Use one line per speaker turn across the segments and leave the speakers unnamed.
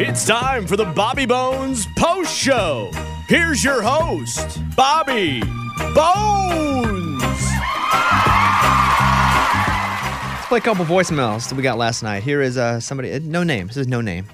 It's time for the Bobby Bones Post Show. Here's your host, Bobby Bones.
Let's play a couple voicemails that we got last night. Here is uh, somebody, uh, no name. This is no name.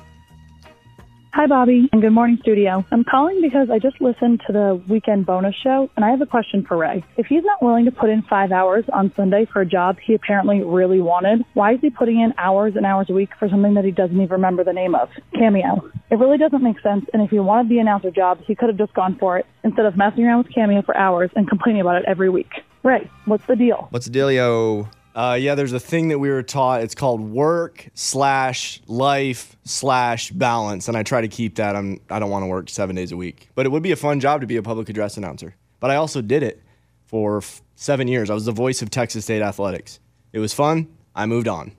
Hi, Bobby, and good morning, studio. I'm calling because I just listened to the weekend bonus show, and I have a question for Ray. If he's not willing to put in five hours on Sunday for a job he apparently really wanted, why is he putting in hours and hours a week for something that he doesn't even remember the name of? Cameo. It really doesn't make sense, and if he wanted the announcer job, he could have just gone for it instead of messing around with Cameo for hours and complaining about it every week. Ray, what's the deal?
What's the dealio?
Uh, yeah, there's a thing that we were taught. It's called work slash life slash balance, and I try to keep that. I'm I don't want to work seven days a week, but it would be a fun job to be a public address announcer. But I also did it for f- seven years. I was the voice of Texas State athletics. It was fun. I moved on.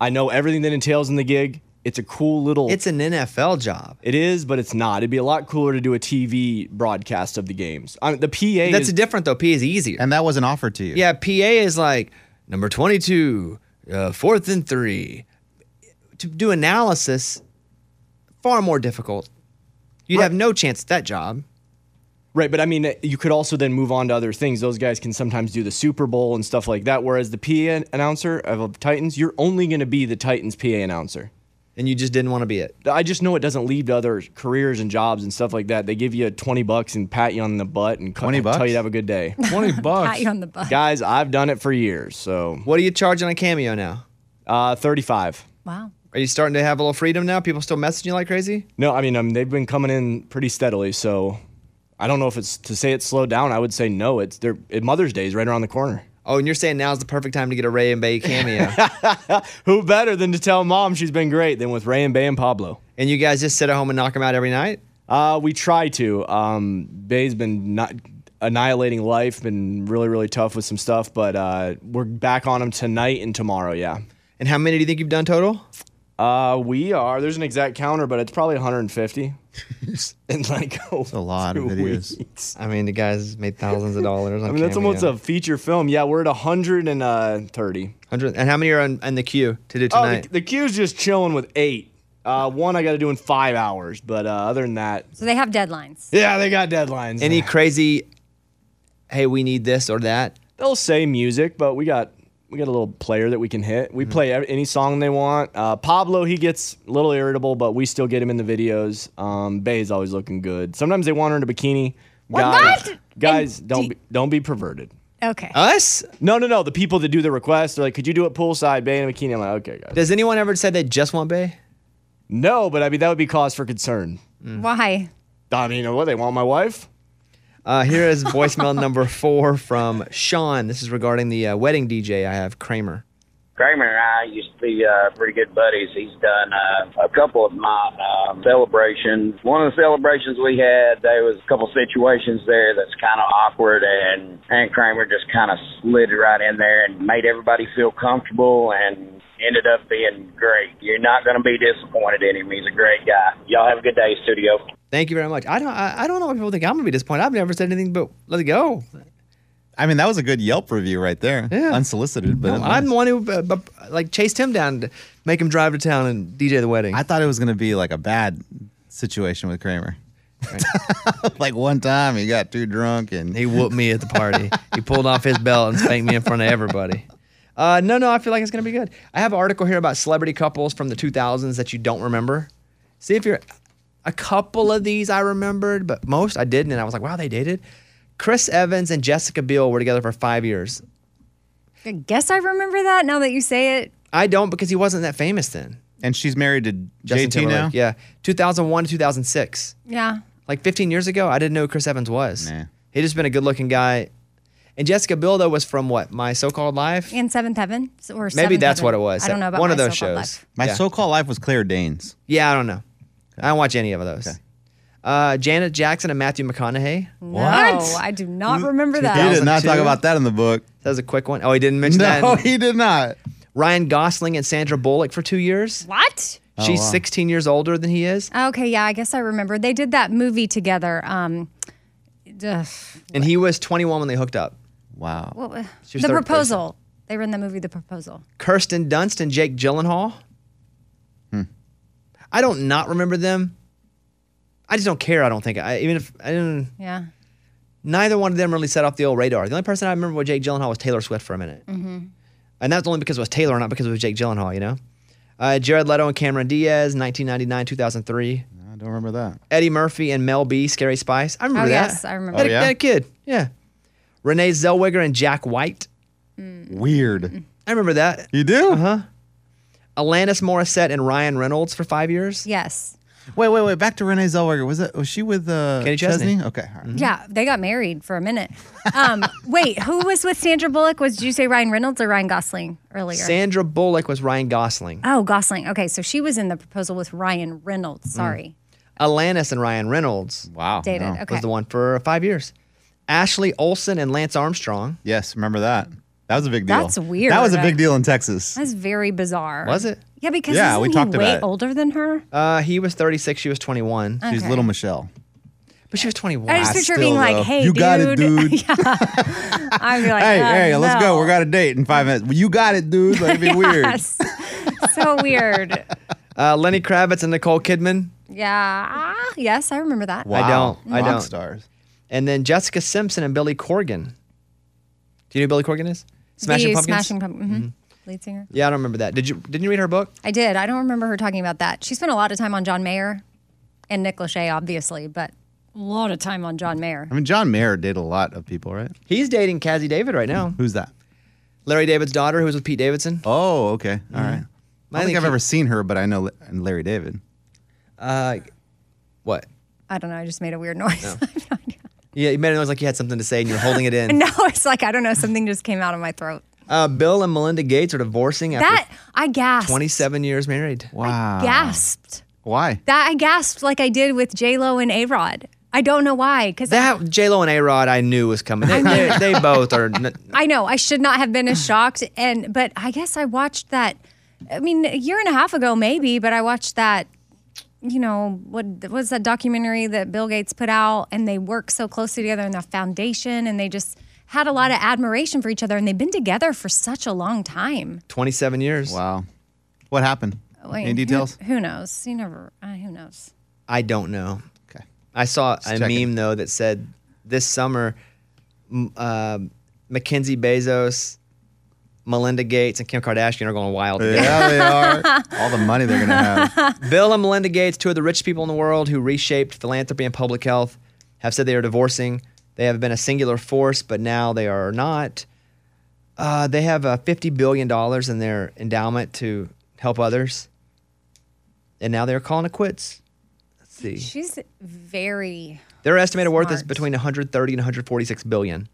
I know everything that entails in the gig. It's a cool little.
It's an NFL job.
It is, but it's not. It'd be a lot cooler to do a TV broadcast of the games. I mean, the PA
That's
is,
different though. P is easier.
And that wasn't offered to you.
yeah, PA is like number 22, uh, fourth and three. To do analysis, far more difficult. You'd have no chance at that job.
right. But I mean, you could also then move on to other things. Those guys can sometimes do the Super Bowl and stuff like that. Whereas the PA announcer of Titans, you're only going to be the Titans PA announcer.
And you just didn't want to be it.
I just know it doesn't lead to other careers and jobs and stuff like that. They give you twenty bucks and pat you on the butt and cut-
20 bucks?
tell you to have a good day.
20 bucks.
Pat you on the butt.
guys, I've done it for years. So
What are you charging on Cameo now?
uh, thirty-five.
Wow.
Are you starting to have a little freedom now? People still messaging you like crazy?
No, I mean, um, they've been coming in pretty steadily. So I don't know if it's to say it's slowed down. I would say no. It's their it, Mother's Day is right around the corner.
Oh, and you're saying now's the perfect time to get a Ray and Bay cameo.
Who better than to tell mom she's been great than with Ray and Bay and Pablo?
and you guys just sit at home and knock them out every night?
Uh, we try to. Um, Bay's been not annihilating life, been really really tough with some stuff, but uh, we're back on him tonight and tomorrow. Yeah.
And how many do you think you've done total?
Uh, we are. There's an exact counter, but it's probably 150. and like
a lot of videos.
I mean, the guys made thousands of dollars. On
I mean, that's almost a feature film. Yeah, we're at 130.
hundred. And how many are on, on the queue to do tonight?
uh, Oh, the, the queue's just chilling with eight. Uh, one I got to do in five hours, but uh, other than that,
So they have deadlines.
yeah, they got deadlines.
Any crazy? Hey, we need this or that.
they'll say music, but we got we got a little player that we can hit. We play ev- any song they want. Uh, Pablo he gets a little irritable, but we still get him in the videos. Um, Bay's always looking good. Sometimes they want her in a bikini. Guys,
what?
guys,
And
don't
do-
be, don't be perverted.
Okay.
Us?
No, no, no. The people that do the requests, they're like, "Could you do it poolside, Bay in a bikini?" I'm like, "Okay, guys."
Does anyone ever say they just want Bay?
No, but I mean that would be cause for concern.
Why?
I mean, what they want my wife?
Uh, here is voicemail number four from Sean. This is regarding the uh, wedding DJ I have, Kramer.
Kramer and I used to be uh, pretty good buddies. He's done uh, a couple of my uh, celebrations. One of the celebrations we had, there was a couple situations there that's kind of awkward, and and Kramer just kind of slid right in there and made everybody feel comfortable and ended up being great. You're not going to be disappointed in him. He's a great guy. Y'all have a good day, studio.
Thank you very much. I don't. I, I don't know why people think I'm gonna be disappointed. I've never said anything but let it go.
I mean, that was a good Yelp review right there.
Yeah.
Unsolicited, but
No, I'm the one who uh, bu- like chased him down to make him drive to town and DJ the wedding.
I thought it was going to be like a bad situation with Kramer. like one time he got too drunk and
He whooped me at the party. he pulled off his belt and spanked me in front of everybody. Uh, no, no, I feel like it's gonna be good. I have an article here about celebrity couples from the 2000s that you don't remember. See if you're a couple of these I remembered, but most I didn't, and I was like, wow, they dated. Chris Evans and Jessica Biel were together for five years.
I guess I remember that now that you say it.
I don't because he wasn't that famous then.
and she's married to
Justin
JT now.
Timberlake, yeah, 2001 to 2006.
Yeah.
like 15 years ago, I didn't know who Chris Evans was.
Nah.
He just been a good looking guy. And Jessica Biel though was from what my so called life.
And Seventh Heaven s- or
Maybe
Seventh
that's
Heaven.
what it was.
I don't know about
one of
my
those
so-called
shows.
life.
My
yeah.
so-called life was Claire Danes.
yeah, I don't know. I don't watch any of those. Uh, Janet Jackson and Matthew McConaughey.
No, I do not remember
He
that.
did not talk
2002?
about that in the book.
That was a quick one. Oh, he didn't mention
No,
that.
he did not.
Ryan Gosling and Sandra Bullock for two years.
What?
Oh,
She's 16 years older than he is,
Okay, yeah, I guess I remember. They did that movie together. Um, ugh,
and he was 21 when they hooked up.
Wow.
what wa-
She was
the
third
proposal. They were in the movie The Proposal.
Hmm.
Kirsten Dunst and Jake Gyllenhaal. I don't not remember them. I just don't care. I don't think I even if I didn't.
Yeah.
Neither one of them really set off the old radar. The only person I remember with Jake Gyllenhaal was Taylor Swift for a minute,
Mm-hmm.
and that's only because it was Taylor, not because it was Jake Gyllenhaal. You know, uh, Jared Leto and Cameron Diaz, 1999, 2003.
I don't remember that.
Eddie Murphy and Mel B, Scary Spice. I remember
Oh,
that.
yes, I remember
That,
Oh, yeah?
that kid. Yeah. Renee Zellweger and Jack White.
Weird.
I remember that.
You do?
Uh huh. Alanis Morissette and Ryan Reynolds for five years.
Yes.
Wait, wait, wait. Back to Renee Zellweger. Was that was she with uh,
Kenny Chesney.
Okay. all right.
Yeah, they got married for a minute. Um, wait, who was with Sandra Bullock? Was did you say Ryan Reynolds or Ryan Gosling earlier?
Sandra Bullock was Ryan Gosling.
oh, Gosling. Okay, so she was in the proposal with Ryan Reynolds. Sorry,
Alanis and Ryan Reynolds
Wow.
dated.
Mm. no.
Uh, Okay,
was the one for five years. Ashley Olsen and Lance Armstrong.
Yes, remember that. That was a big deal.
That's weird.
That was a big deal in Texas.
that's very bizarre.
Was it?
Yeah, because
Yeah,
isn't
we
he
talked about
way
it.
older than her?
Uh, he was 36. She was 21.
She's
Okay.
little Michelle.
But she was 21.
Uh, I just
I
picture
still,
being like,
though.
"Hey,
You got it, dude.
yeah, I'd be like,
Hey,
uh,
hey, let's
no.
go. We got a date in five minutes. Well, you got it, dude. That'd be weird.
Yes. so weird.
Uh, Lenny Kravitz and Nicole Kidman.
Yeah. Ah, Yes, I remember that.
Wow.
don't. I
Rock
don't.
Stars.
And then Jessica Simpson and Billy Corgan. Do you know who Billy Corgan is? Smashing
the
Pumpkins.
Smashing Pumpkins. hmm
Mm-hmm.
Lead singer.
Yeah, I don't remember that. Did you? Didn't you read her book?
I did. I don't remember her talking about that. She spent a lot of time on John Mayer and Nick Lachey, obviously, but a lot of time on John Mayer.
I mean, John Mayer dated a lot of people, right?
He's dating Cassie David right now.
Who's that?
Larry David's daughter, who was with Pete Davidson.
Oh, okay. All right.
I
I don't
think
think I've
he-
ever seen her, but I know La- and Larry David.
Uh, what?
I don't know. I just made a weird noise. I have no idea.
Yeah, you made it sound like you had something to say and you're holding it in.
no, it's like I don't know. Something just came out of my throat.
Uh, Bill and Melinda Gates are divorcing after
That I gasped.
27 years married.
Wow.
Gasped.
Why?
That I gasped like I did with J Lo and A Rod. I don't know why. Because
That J Lo and A Rod, I knew was coming. They, they, they both are. n-
I know I should not have been as shocked, and but I guess I watched that. I mean, a year and a half ago, maybe, but I watched that. You know what was that documentary that Bill Gates put out, and they work so closely together in the foundation, and they just had a lot of admiration for each other, and they've been together for such a long time.
27 years.
Wow. What happened?
Wait,
Any details?
Who, who knows? You never. Uh, who knows?
I don't know.
Okay.
I saw a
checking.
meme though that said this summer, m- uh, Mackenzie Bezos, Melinda Gates, and Kim Kardashian are going wild. together.
Yeah, they are. All the money they're gonna have.
Bill and Melinda Gates, two of the richest people in the world who reshaped philanthropy and public health, have said they are divorcing. They have been a singular force, but now they are not. Uh, they have uh, $50 billion in their endowment to help others. And now they're calling it quits. Let's see.
She's very.
Their estimated worth is
Smart.
between 130 and 146 billion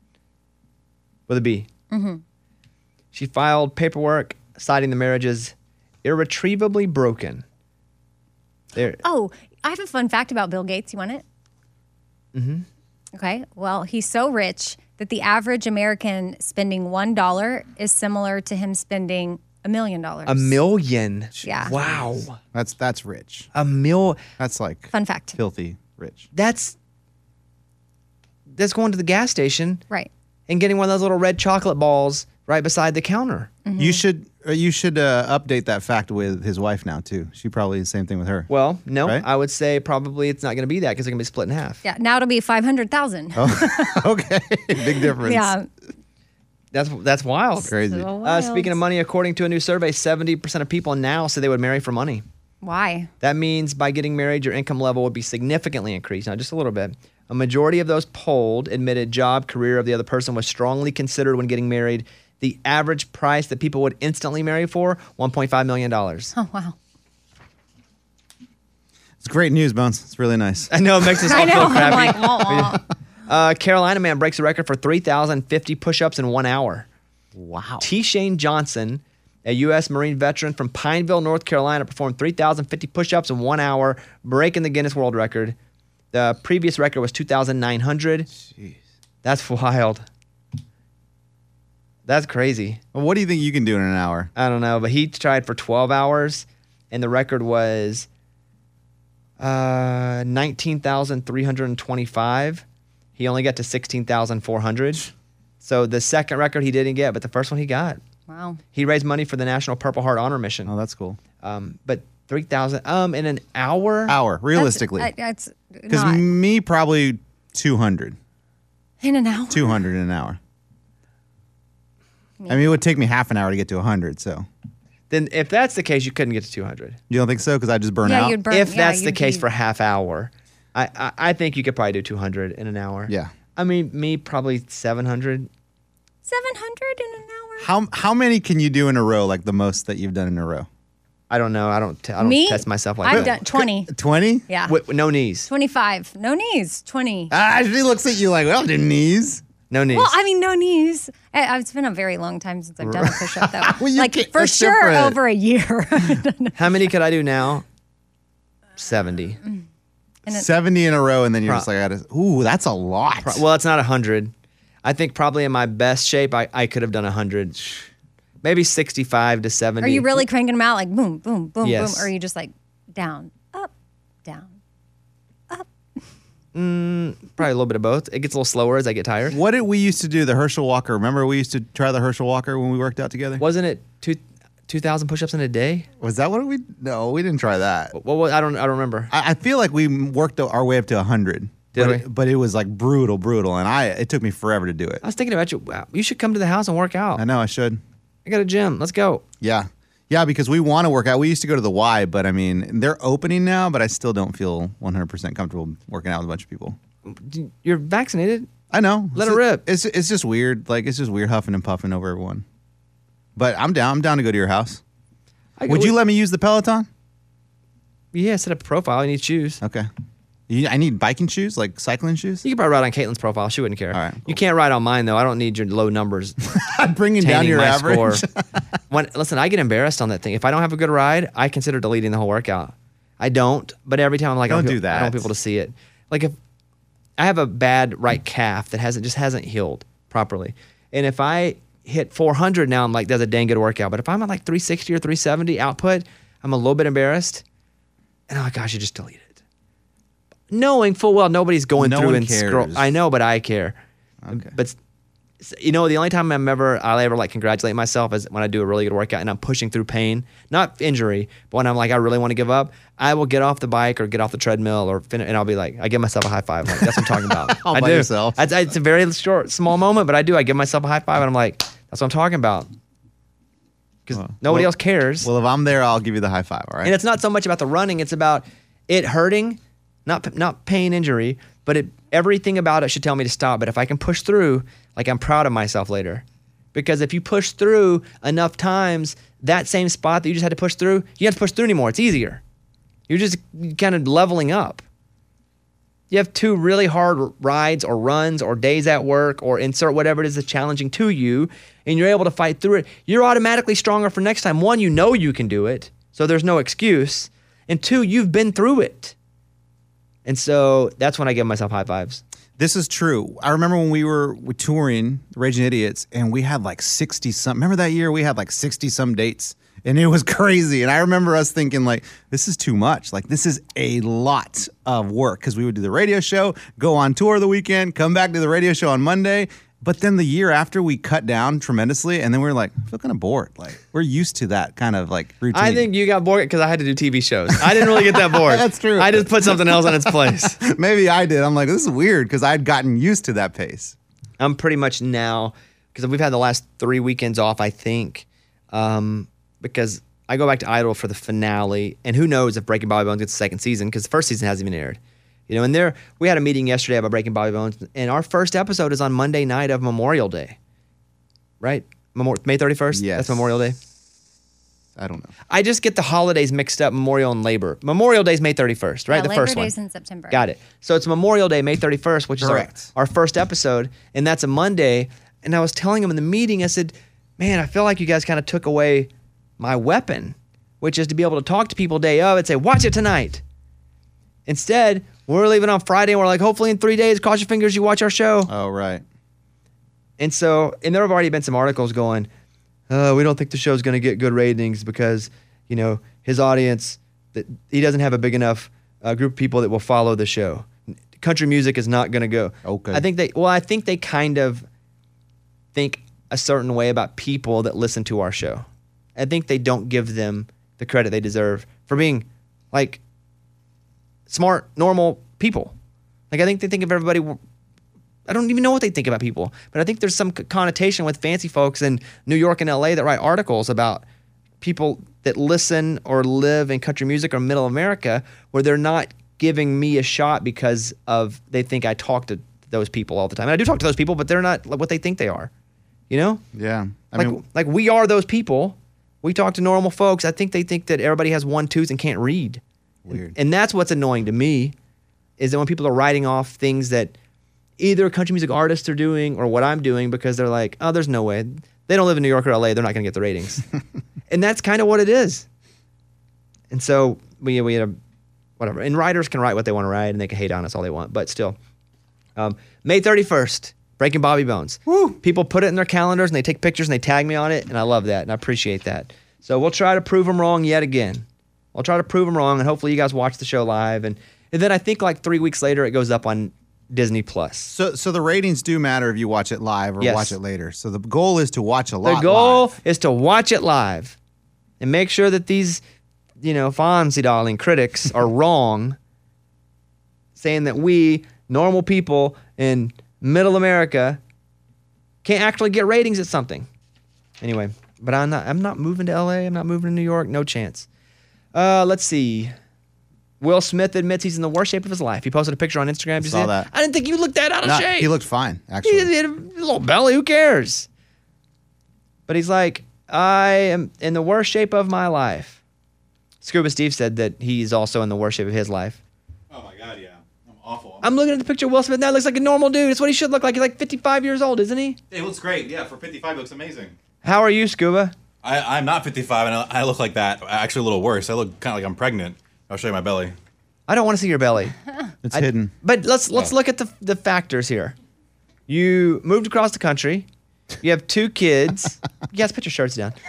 with a B.
Mm-hmm.
She filed paperwork citing the marriage as irretrievably broken. There.
Oh, I have a fun fact about Bill Gates. You want it? Mm-hmm. Okay. Well, he's so rich that the average American spending one dollar is similar to him spending a million dollars.
A million.
Yeah.
Wow.
That's that's rich.
A mil.
That's like
Fun fact.
filthy rich.
That's that's going to the gas station
Right.
and getting one of those little red chocolate balls right beside the counter.
Mm-hmm.
You should uh, you should uh, update that fact with his wife now too. She probably the same thing with her.
Well, no,
Right.
I would say probably it's not going to be that because they're going to be split in half.
Yeah. Now it'll be five hundred thousand.
Oh,
okay, big difference.
yeah.
That's that's wild.
crazy.
So
Uh, speaking of
wild.
money, according to a new survey, 70% of people now say they would marry for money.
why?
That means by getting married, your income level would be significantly increased, not just a little bit. A majority of those polled admitted job, career of the other person was strongly considered when getting married. The average price that people would instantly marry for, $1.5 million.
Oh wow.
It's great news, Bones. It's really nice.
Uh,
I know it makes us
I
all
know.
feel
I'm
Oh, crappy.
like, wah, wah.
Uh, Carolina man breaks the record for 3,050 push-ups in one hour. Wow. T. Shane Johnson, a U.S. Marine veteran from Pineville, North Carolina, performed 3,050 push-ups in one hour, breaking the Guinness World Record. The previous record was 2,900. Jeez. That's wild. That's crazy.
Well, what do you think you can do in an hour?
I don't know, but he tried for 12 hours, and the record was uh, 19,325. He only got to 16,400. So the second record he didn't get, but the first one he got.
Wow.
He raised money for the National Purple Heart Honor Mission.
Oh, that's cool.
Um, but Three thousand. Um, in an hour.
Hour, realistically.
That's- I- it's
Because
not.
me, probably 200.
in an hour.
200 in an hour. I mean, it would take me half an hour to get to 100. So
Then, if that's the case, you couldn't get to two hundred.
you don't think so? Because I just burn
yeah,
out.
you'd burn.
if
yeah,
that's the
you'd
case
be-
for half hour, I, I I think you could probably do two hundred in an hour.
Yeah.
I mean, me probably seven hundred.
seven hundred in an hour.
how how many can you do in a row? Like the most that you've done in a row?
I don't know. I don't. T- I don't
Me?
test myself like
I've
that.
done twenty.
20?
Yeah,
Wi- no knees.
twenty-five. No knees. Twenty.
Ah, she looks at you like, well, do knees.
No knees.
Well, I mean, no knees. I, it's been a very long time since I've done a push-up, though.
Well, you
like
can't-
for
that's
sure,
different.
over a year.
How many could I do now? Seventy.
Mm.
70 in a row. And then you're
Pro-
just like, I just, ooh, that's a lot.
Well, that's not 100. I think probably in my best shape, I, I could have done 100. Maybe 65 to 70.
are you really cranking them out like boom, boom, boom,
Yes.
boom? Or are you just like down, up, down?
Probably a little bit of both. It gets a little slower as I get tired.
what did we used to do? The Herschel Walker. Remember we used to try the Herschel Walker when we worked out together?
Wasn't it two, 2,000 push ups in a day?
Was that what we? No, we didn't try that.
What, what, I, don't, I don't remember.
I, I feel like we worked our way up to 100.
Did
but,
we?
It, but it was like brutal, brutal. And I it took me forever to do it.
I was thinking about you. Wow, You should come to the house and work out.
I know I should.
I got a gym. Let's go.
Yeah. Yeah, because we want to work out. We used to go to the Y, but I mean, they're opening now, but I still don't feel 100% comfortable working out with a bunch of people.
D- You're vaccinated?
I know.
Let it
It's ju-
rip.
It's, it's just weird. Like, it's just weird huffing and puffing over everyone. But I'm down. I'm down to go to your house.
I
Would you let me use the Peloton?
Yeah, set up a profile. You need shoes.
Okay. You, I need biking shoes, like cycling shoes.
You could probably ride on Caitlin's profile. She wouldn't care.
All right,
You can't ride on mine, though. I don't need your low numbers
I'm bringing down
maintaining
your
my
average.
score. when listen, I get embarrassed on that thing. If I don't have a good ride, I consider deleting the whole workout. I don't, but every time I'm like, I
Don't
want
do
people- I don't want
that.
people to see it. Like if I have a bad right calf that hasn't just hasn't healed properly, and if I hit 400 now, I'm like, that's a dang good workout. But if I'm at like 360 or 370 output, I'm a little bit embarrassed, and oh my gosh, you just delete it, knowing full well nobody's going
No
through
one
and scroll.
cares.
I know, but I care.
Okay.
But s- you know, the only time I'm ever I'll ever like congratulate myself is when I do a really good workout and I'm pushing through pain, not injury, but when I'm like I really want to give up, I will get off the bike or get off the treadmill or fin- and I'll be like I give myself a high five. Like, that's what I'm talking about.
All
I
by
do.
yourself.
I, I- it's a very short, small moment, but I do. I give myself a high five and I'm like, that's what I'm talking about. Because nobody
well-
else cares.
Well, if I'm there, I'll give you the high five. All right.
And it's not so much about the running; it's about it hurting, not not pain, injury, but it, everything about it should tell me to stop. But if I can push through, like I'm proud of myself later, because if you push through enough times, that same spot that you just had to push through, you don't have to push through anymore. It's easier. You're just kind of leveling up. You have two really hard r- rides or runs or days at work or insert whatever it is that's challenging to you, and you're able to fight through it. You're automatically stronger for next time. One, you know you can do it, so there's no excuse. And two, you've been through it. And so that's when I give myself high fives.
This is true. I remember when we were touring Raging Idiots and we had like 60 some. Remember that year we had like 60 some dates and it was crazy. And I remember us thinking, like, this is too much. Like, this is a lot of work because we would do the radio show, go on tour the weekend, come back to the radio show on Monday. But then the year after we cut down tremendously and then we were like, I feel kind of bored. Like, we're used to that kind of like routine.
I think you got bored because I had to do TV shows. I didn't really get that bored.
That's true.
I just put something else in its place.
maybe I did. I'm like, this is weird because I'd gotten used to that pace.
I'm pretty much now because we've had the last three weekends off, I think, um, because I go back to Idol for the finale, and who knows if Breaking Bobby Bones gets a second season because the first season hasn't even aired. You know, and there we had a meeting yesterday about Breaking Bobby Bones, and our first episode is on Monday night of Memorial Day, right? Memor- May 31st.
Yes.
that's Memorial Day.
I don't know.
I just get the holidays mixed up, Memorial and Labor. Memorial Day is May 31st, right?
Yeah,
the
Labor
first one.
Day's in September.
Got it. So it's Memorial Day, May 31st, which is
Correct.
our, our first episode, and that's a Monday. And I was telling him in the meeting, I said, Man, I feel like you guys kind of took away my weapon, which is to be able to talk to people day of and say, Watch it tonight. Instead, we're leaving on Friday and we're like, Hopefully in three days, cross your fingers, you watch our show.
Oh, right.
And so, and there have already been some articles going, uh, we don't think the show's going to get good ratings because, you know, his audience, that he doesn't have a big enough uh, group of people that will follow the show. Country music is not going to go.
Okay.
I think they, well, I think they kind of think a certain way about people that listen to our show. I think they don't give them the credit they deserve for being like smart, normal people. Like I think they think of everybody. I don't even know what they think about people, but I think there's some c- connotation with fancy folks in New York and LA that write articles about people that listen or live in country music or middle America where they're not giving me a shot because of they think I talk to those people all the time. And I do talk to those people, but they're not what they think they are. You know?
Yeah. I
like
mean,
like we are those people. We talk to normal folks. I think they think that everybody has one tooth and can't read.
Weird.
And that's what's annoying to me is that when people are writing off things that either country music artists are doing or what I'm doing because they're like, oh, there's no way. They don't live in New York or LA. They're not going to get the ratings. and that's kind of what it is. And so we, we had a whatever. And writers can write what they want to write and they can hate on us all they want. But still, um, May 31st, Breaking Bobby Bones. Woo! People put it in their calendars and they take pictures and they tag me on it. And I love that and I appreciate that. So we'll try to prove them wrong yet again. I'll try to prove them wrong and hopefully you guys watch the show live. And, and then I think like three weeks later, it goes up on Disney Plus.
so so the ratings do matter if you watch it live or
Yes.
watch it later. So the goal is to watch a lot.
The goal
live.
is to watch it live and make sure that these, you know, Fonzie darling critics are wrong, saying that we, normal people in middle America, can't actually get ratings at something. Anyway, but I'm not I'm not moving to LA, I'm not moving to New York, no chance. Uh, let's see. Will Smith admits he's in the worst shape of his life. He posted a picture on Instagram. Did you
saw
see it?
that.
I didn't think you looked that out of
No,
shape.
he looked fine
He
actually.
had a little belly. Who cares? But he's like, I am in the worst shape of my life. Scuba Steve said that he's also in the worst shape of his life.
Oh my god, yeah. I'm awful.
I'm looking at the picture of Will Smith now. He looks like a normal dude. It's what he should look like. He's like 55 years old, isn't he?
it looks great. Yeah, for 55, it looks amazing.
How are you, Scuba?
I, I'm not 55, and I, I look like that. Actually, a little worse. I look kind of like I'm pregnant. I'll show you my belly.
I don't want to see your belly.
it's
I-
hidden.
But let's let's
Oh.
look at the the factors here. You moved across the country. You have two kids. you guys put your shirts down.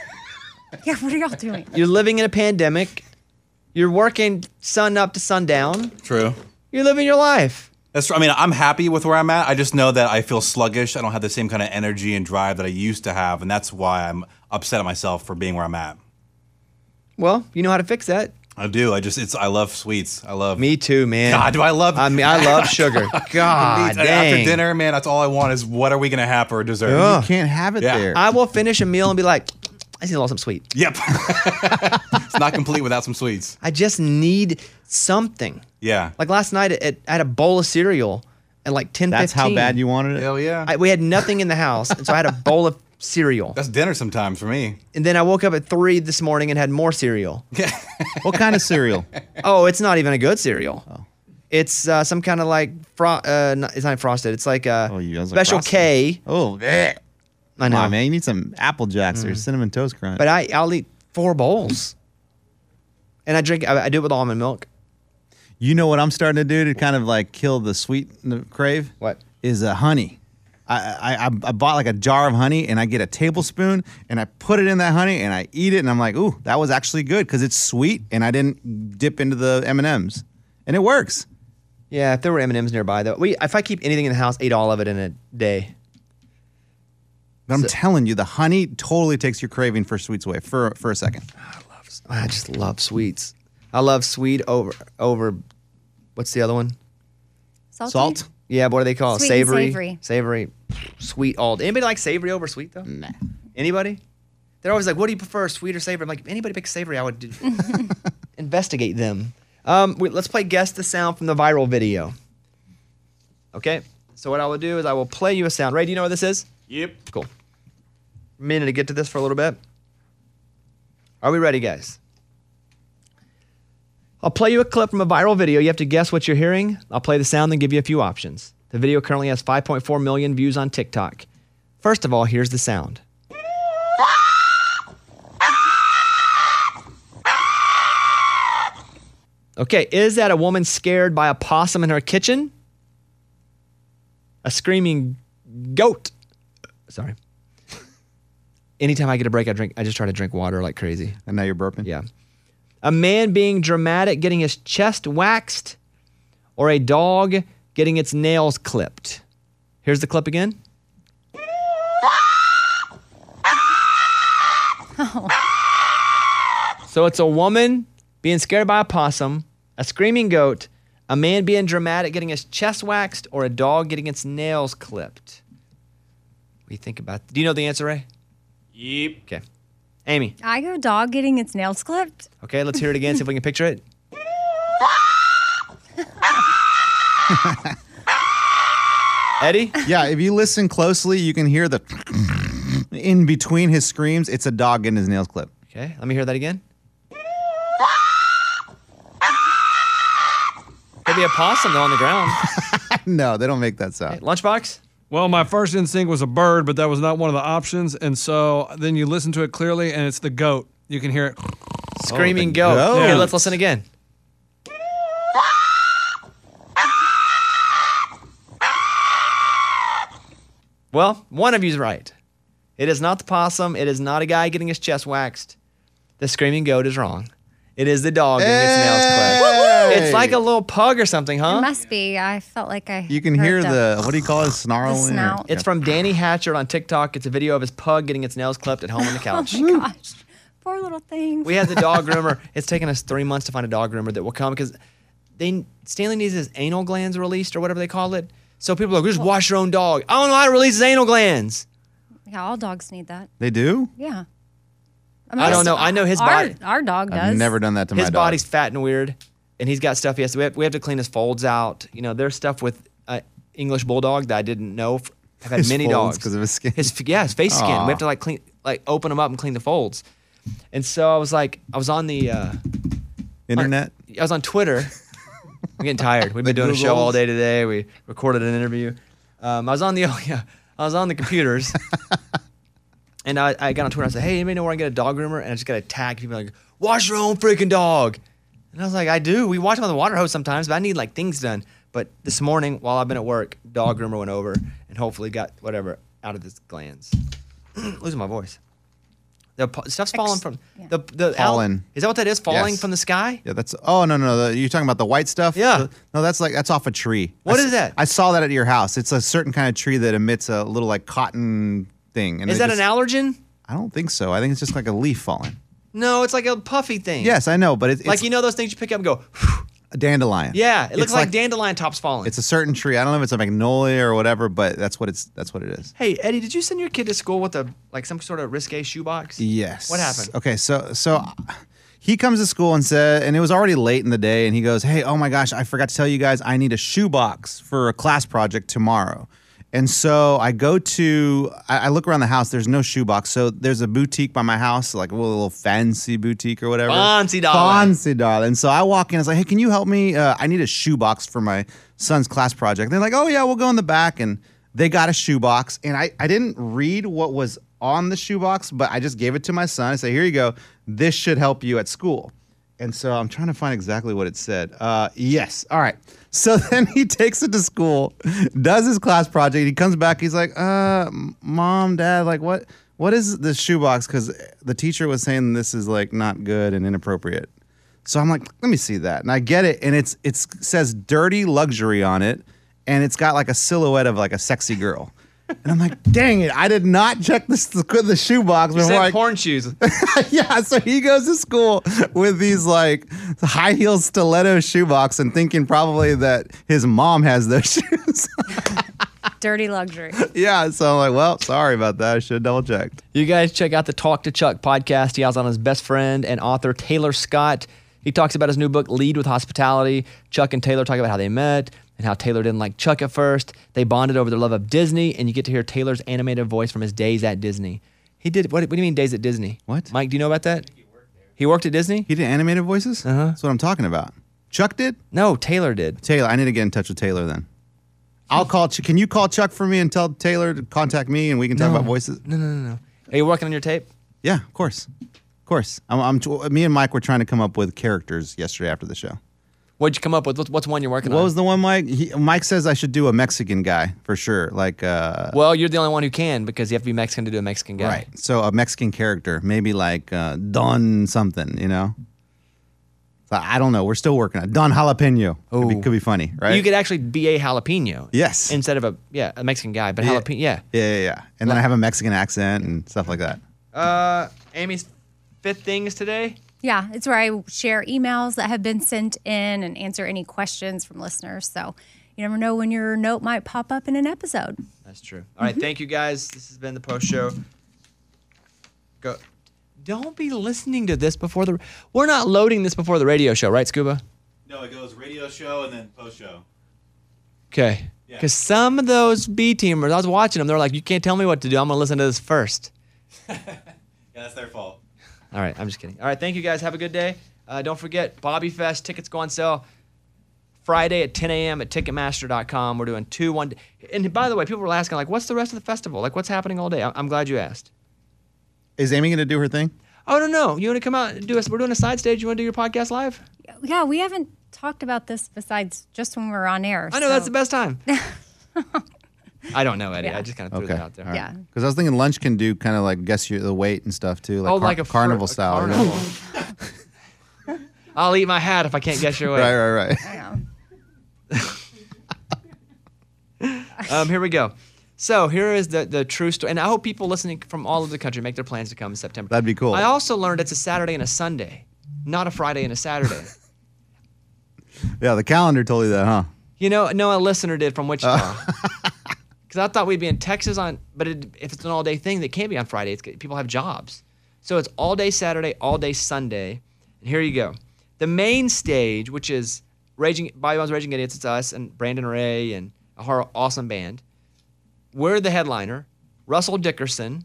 Yeah, what are y'all doing?
You're living in a pandemic. You're working sun up to sundown.
True.
You're living your life.
That's true. I mean, I'm happy with where I'm at. I just know that I feel sluggish. I don't have the same kind of energy and drive that I used to have, and that's why I'm upset at myself for being where I'm at.
Well, you know how to fix that.
I do. I just it's. I love sweets. I love
Me too, man.
God, do I love?
I mean, I love sugar. God,
And
dang.
after dinner, man, that's all I want is what are we gonna have for dessert?
You can't have it
Yeah.
there.
I will finish a meal and be like, I just need a little something sweet.
Yep. it's not complete without some sweets.
I just need something.
Yeah.
Like last night, at, I had a bowl of cereal at like ten.
That's how bad you wanted it.
Hell yeah.
I, we had nothing in the house, and so I had a bowl of cereal.
that's dinner sometimes for me.
And then I woke up at three this morning and had more cereal.
What kind of cereal?
Oh, it's not even a good cereal.
Oh.
It's uh, some kind of like fro- uh, not, it's not frosted. It's like a
Oh, you guys like
special
frosted.
K.
Oh, eh.
I
Come
know,
on, man. You need some Apple Jacks
Mm.
or Cinnamon Toast Crunch.
But I I'll eat four bowls, and I drink. I, I do it with almond milk.
you know what I'm starting to do to kind of like kill the sweet n- crave?
What?
Is a honey. I, I, I I bought like a jar of honey and I get a tablespoon and I put it in that honey and I eat it and I'm like, ooh, that was actually good because it's sweet and I didn't dip into the M and M's and it works.
Yeah, if there were M and M's nearby, though, we if I keep anything in the house, eat all of it in a day.
But I'm telling you, the honey totally takes your craving for sweets away for for a second.
I just love sweets. I love sweet over over. What's the other one?
Salty?
Salt.
Yeah, what do they call it?
Sweet and
savory,
savory.
savory, sweet. All anybody like savory over sweet though? Nah. Anybody? They're always like, "What do you prefer, sweet or savory?" I'm like, if anybody picks savory, I would do, investigate them. Um, wait, let's play guess the sound from the viral video. Okay. So what I will do is I will play you a sound. Ray, do you know what this is?
Yep.
Cool. Minute to get to this for a little bit. Are we ready, guys? I'll play you a clip from a viral video. You have to guess what you're hearing. I'll play the sound and give you a few options. The video currently has 5.4 million views on TikTok. First of all, here's the sound. Okay, is that a woman scared by a possum in her kitchen? A screaming goat Sorry. Anytime I get a break, I drink. I just try to drink water like crazy.
And now you're burping.
Yeah. A man being dramatic, getting his chest waxed, or a dog getting its nails clipped. Here's the clip again. So it's a woman being scared by a possum, a screaming goat, a man being dramatic getting his chest waxed, or a dog getting its nails clipped? What do you think about? Do you know the answer, Ray?
Yep.
Okay. Amy.
I go dog getting its nails clipped.
Okay, let's hear it again. see if we can picture it. Eddie.
Yeah, if you listen closely, you can hear the in between his screams. It's a dog getting his nails clipped.
Okay, let me hear that again. Could be a possum though on the ground.
No, they don't make that sound.
Lunchbox.
Well, my first instinct was a bird, but that was not one of the options. And so then you listen to it clearly, and it's the goat. You can hear it.
Screaming goat.
Oh, goat.
Okay, let's listen again. Well, one of you's right. It is not the possum. It is not a guy getting his chest waxed. The screaming goat is wrong. It is the dog getting its nails clipped.
Hey!
It's like a little pug or something, huh?
It must be. I felt like I.
You can
heard
hear
a-
the what do you call it? Snarling. or-
snout.
It's from Danny Hatchard on TikTok. It's a video of his pug getting its nails clipped at home on the couch.
Oh Gosh, poor little thing.
we had the dog groomer. It's taken us three months to find a dog groomer that will come because they Stanley needs his anal glands released or whatever they call it. So people are like, just wash your own dog. I don't know how to release his anal glands.
yeah, all dogs need that.
They do.
Yeah.
I don't know. I know his
our,
body-
Our dog does.
I've never done that to my
His
dog.
body's fat and weird, and he's got stuff. He has to, we, have, we have to clean his folds out. You know, there's stuff with uh, English bulldog that I didn't know. f- I've had
His
many
folds
dogs
'cause of his skin.
His f- yeah, his face skin. We have to like clean, like open them up and clean the folds. And so I was like, I was on the. Uh,
Internet.
I was on Twitter. I'm getting tired. We've been
The
doing a show all
Googles.
day today. We recorded an interview. Um, I was on the oh yeah, I was on the computers, and I, I got on Twitter. I said, "Hey, anybody know where I can get a dog groomer?" And I just got attacked. People like, "Wash your own freaking dog," and I was like, "I do. We wash them on the water hose sometimes, but I need like things done." But this morning, while I've been at work, dog groomer went over and hopefully got whatever out of his glands. Losing my voice. The po- stuff's falling from
yeah.
the the
Pollen.
Is that what that is? Falling
Yes.
from the sky?
Yeah, that's. Oh no, no, no. You're talking about the white stuff.
Yeah.
No, that's like that's off a tree.
What
What is
is that?
I saw that at your house. It's a certain kind of tree that emits a little like cotton thing. And
Is
it
that
just-
an allergen?
I don't think so. I think it's just like a leaf falling.
No, it's like a puffy thing.
Yes, I know, but it, it's
Like you know those things you pick up and go,
a dandelion.
yeah, it
It's
looks like, dandelion tops falling.
It's a certain tree. I don't know if it's a magnolia or whatever, but that's what it's. That's what it is.
hey, Eddie, did you send your kid to school with a like some sort of risque shoebox?
Yes.
What happened?
Okay, so so he comes to school and said, and it was already late in the day, and he goes, "Hey, oh my gosh, I forgot to tell you guys, I need a shoebox for a class project tomorrow." And so I go to, I, I look around the house. There's no shoebox. So there's a boutique by my house, like a little fancy boutique or whatever.
Fancy, darling.
Fancy, darling. So I walk in. I was like, hey, can you help me? Uh, I need a shoebox for my son's class project. They're like, oh, yeah, we'll go in the back. And they got a shoebox. And I, I didn't read what was on the shoebox, but I just gave it to my son. I said, here you go. This should help you at school. And so I'm trying to find exactly what it said. Uh, yes. All right. So then he takes it to school, does his class project. He comes back. He's like, uh, m- mom, dad, like what? What is this shoebox? Because the teacher was saying this is like not good and inappropriate. So I'm like, let me see that. And I get it. And it's it says dirty luxury on it. And it's got like a silhouette of like a sexy girl. And I'm like, dang it, I did not check this the shoebox
You
before
said
I
porn shoes.
yeah, so he goes to school with these like high heel stiletto shoebox and thinking probably that his mom has those shoes.
Dirty luxury.
yeah, so I'm like, well, sorry about that. I should have double checked.
You guys check out the Talk to Chuck podcast. He has on his best friend and author Taylor Scott. He talks about his new book, Lead with Hospitality. Chuck and Taylor talk about how they met and how Taylor didn't like Chuck at first. They bonded over their love of Disney, and you get to hear Taylor's animated voice from his days at Disney. He did. What, what do you mean days at Disney?
What?
Mike? Do you know about that? He worked, at Disney.
He did animated voices? Uh-huh. That's what I'm talking about. Chuck did?
no, Taylor did.
Taylor, I need to get in touch with Taylor then. I'll call Ch- can you call Chuck for me and tell Taylor to contact me and we can talk about voices?
No, no, no, no. Are you working on your tape?
Yeah, of course. Of course. I'm, I'm t- me and Mike were trying to come up with characters yesterday after the show.
What'd you come up with? What's- What's one you're working
What
on?
was the one Mike? He, Mike says I should do a Mexican guy for sure. Like uh
well, you're the only one who can because you have to be Mexican to do a Mexican guy.
Right. So a Mexican character, maybe like uh, Don something, you know? So I don't know. We're still working on it. Don Jalapeno. Could
Oh.
be, could be funny, right?
You could actually be a jalapeno.
Yes.
Instead of a yeah a Mexican guy, but jalapeno. Yeah.
yeah, yeah, yeah. And then I have a Mexican accent and stuff like that.
Uh, Amy's fifth things today.
Yeah, it's where I share emails that have been sent in and answer any questions from listeners. So you never know when your note might pop up in an episode.
That's true. All right, thank you guys. This has been the post show. Go. Don't be listening to this before the. We're not loading this before the radio show, right, Scuba?
No, it goes radio show and then post show.
Okay.
Yeah.
Because some of those B teamers, I was watching them. They're like, "You can't tell me what to do. I'm gonna listen to this first.
Yeah, that's their fault.
All right, I'm just kidding. All right, thank you guys. Have a good day. Uh, don't forget Bobby Fest tickets go on sale Friday at 10 a.m. at Ticketmaster.com. We're doing two one. And by the way, people were asking like, "What's the rest of the festival? Like, what's happening all day?" I- I'm glad you asked.
Is Amy going to do her thing?
Oh no no! You want to come out and do us? We're doing a side stage. You want to do your podcast live?
Yeah, we haven't talked about this besides just when we were on air.
I know
so-
that's the best time. I don't know, Eddie.
Yeah.
I just kind of threw that out there.
Yeah.
Because I was thinking lunch can do kind of like guess your the weight and stuff too, like,
Oh,
car-
like a fr-
carnival
a
style. you know?
carnival. I'll eat my hat if I can't guess your way.
Right, right, right.
Yeah.
Um, here we go. So here is the the true story, and I hope people listening from all over the country make their plans to come in September.
That'd be cool.
I also learned it's a Saturday and a Sunday, not a Friday and a Saturday.
Yeah, the calendar told you that, huh?
you know, no, a listener did from Wichita.
Uh.
Because I thought we'd be in Texas on, but it, if it's an all day thing, that can't be on Friday. It's, people have jobs, so it's all day Saturday, all day Sunday. And here you go, the main stage, which is Raging Bobby Bones, Raging Idiots, it's us and Brandon Ray and a hor- awesome band. we're the headliner. Russell Dickerson,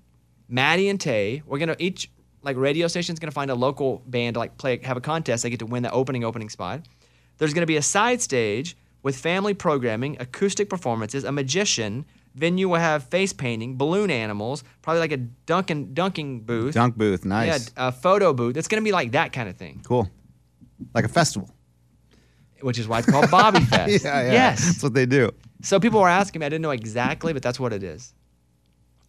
Maddie and Tay. We're gonna each like radio station's gonna find a local band to like play have a contest. They get to win the opening opening spot. There's gonna be a side stage with family programming, acoustic performances, a magician. Venue will have face painting, balloon animals, probably like a dunking dunking booth.
Dunk booth,
yeah,
nice,
a photo booth. It's gonna be like that kind of thing,
cool, like a festival.
which is why it's called Bobby Fest. Yes.
that's what they do.
So people were asking me. I didn't know exactly, but that's what it is.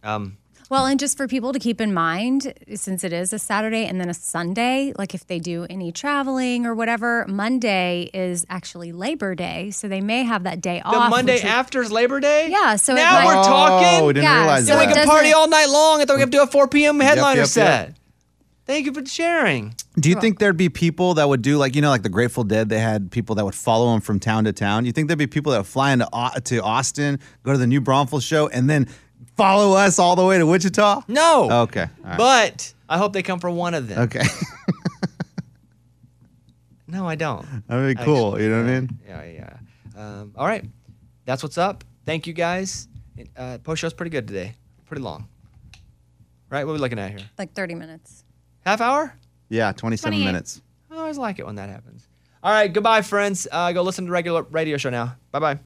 Um,
Well, and just for people to keep in mind, since it is a Saturday and then a Sunday, like if they do any traveling or whatever, Monday is actually Labor Day, so they may have that day
the
off.
Monday
which would-
after's Labor Day.
Yeah, so it
now
might-
we're talking.
Oh, we didn't
Yes.
realize
Yeah,
Then
that.
we can
Doesn't-
party all night long. I thought we have to do a 4 p.m. headliner
yep,
set.
yep.
Thank you for sharing.
Do you think there'd be people that would do like you know like the Grateful Dead? They had people that would follow them from town to town. You think there'd be people that would fly into Au- to Austin, go to the New Braunfels show, and then follow us all the way to Wichita?
No.
Okay. all right.
But I hope they come for one of them.
okay.
No, I don't.
That'd be cool. You know what I mean?
Yeah, yeah. Um, all right. That's what's up. Thank you guys. It, Uh, post show's pretty good today. Pretty long. Right? What are we looking at here?
like 30 minutes.
Half hour? Oh,
Yeah, 27
28.
minutes.
I always like it when that happens. All right. Goodbye, friends. Uh, go listen to the regular radio show now. Bye bye.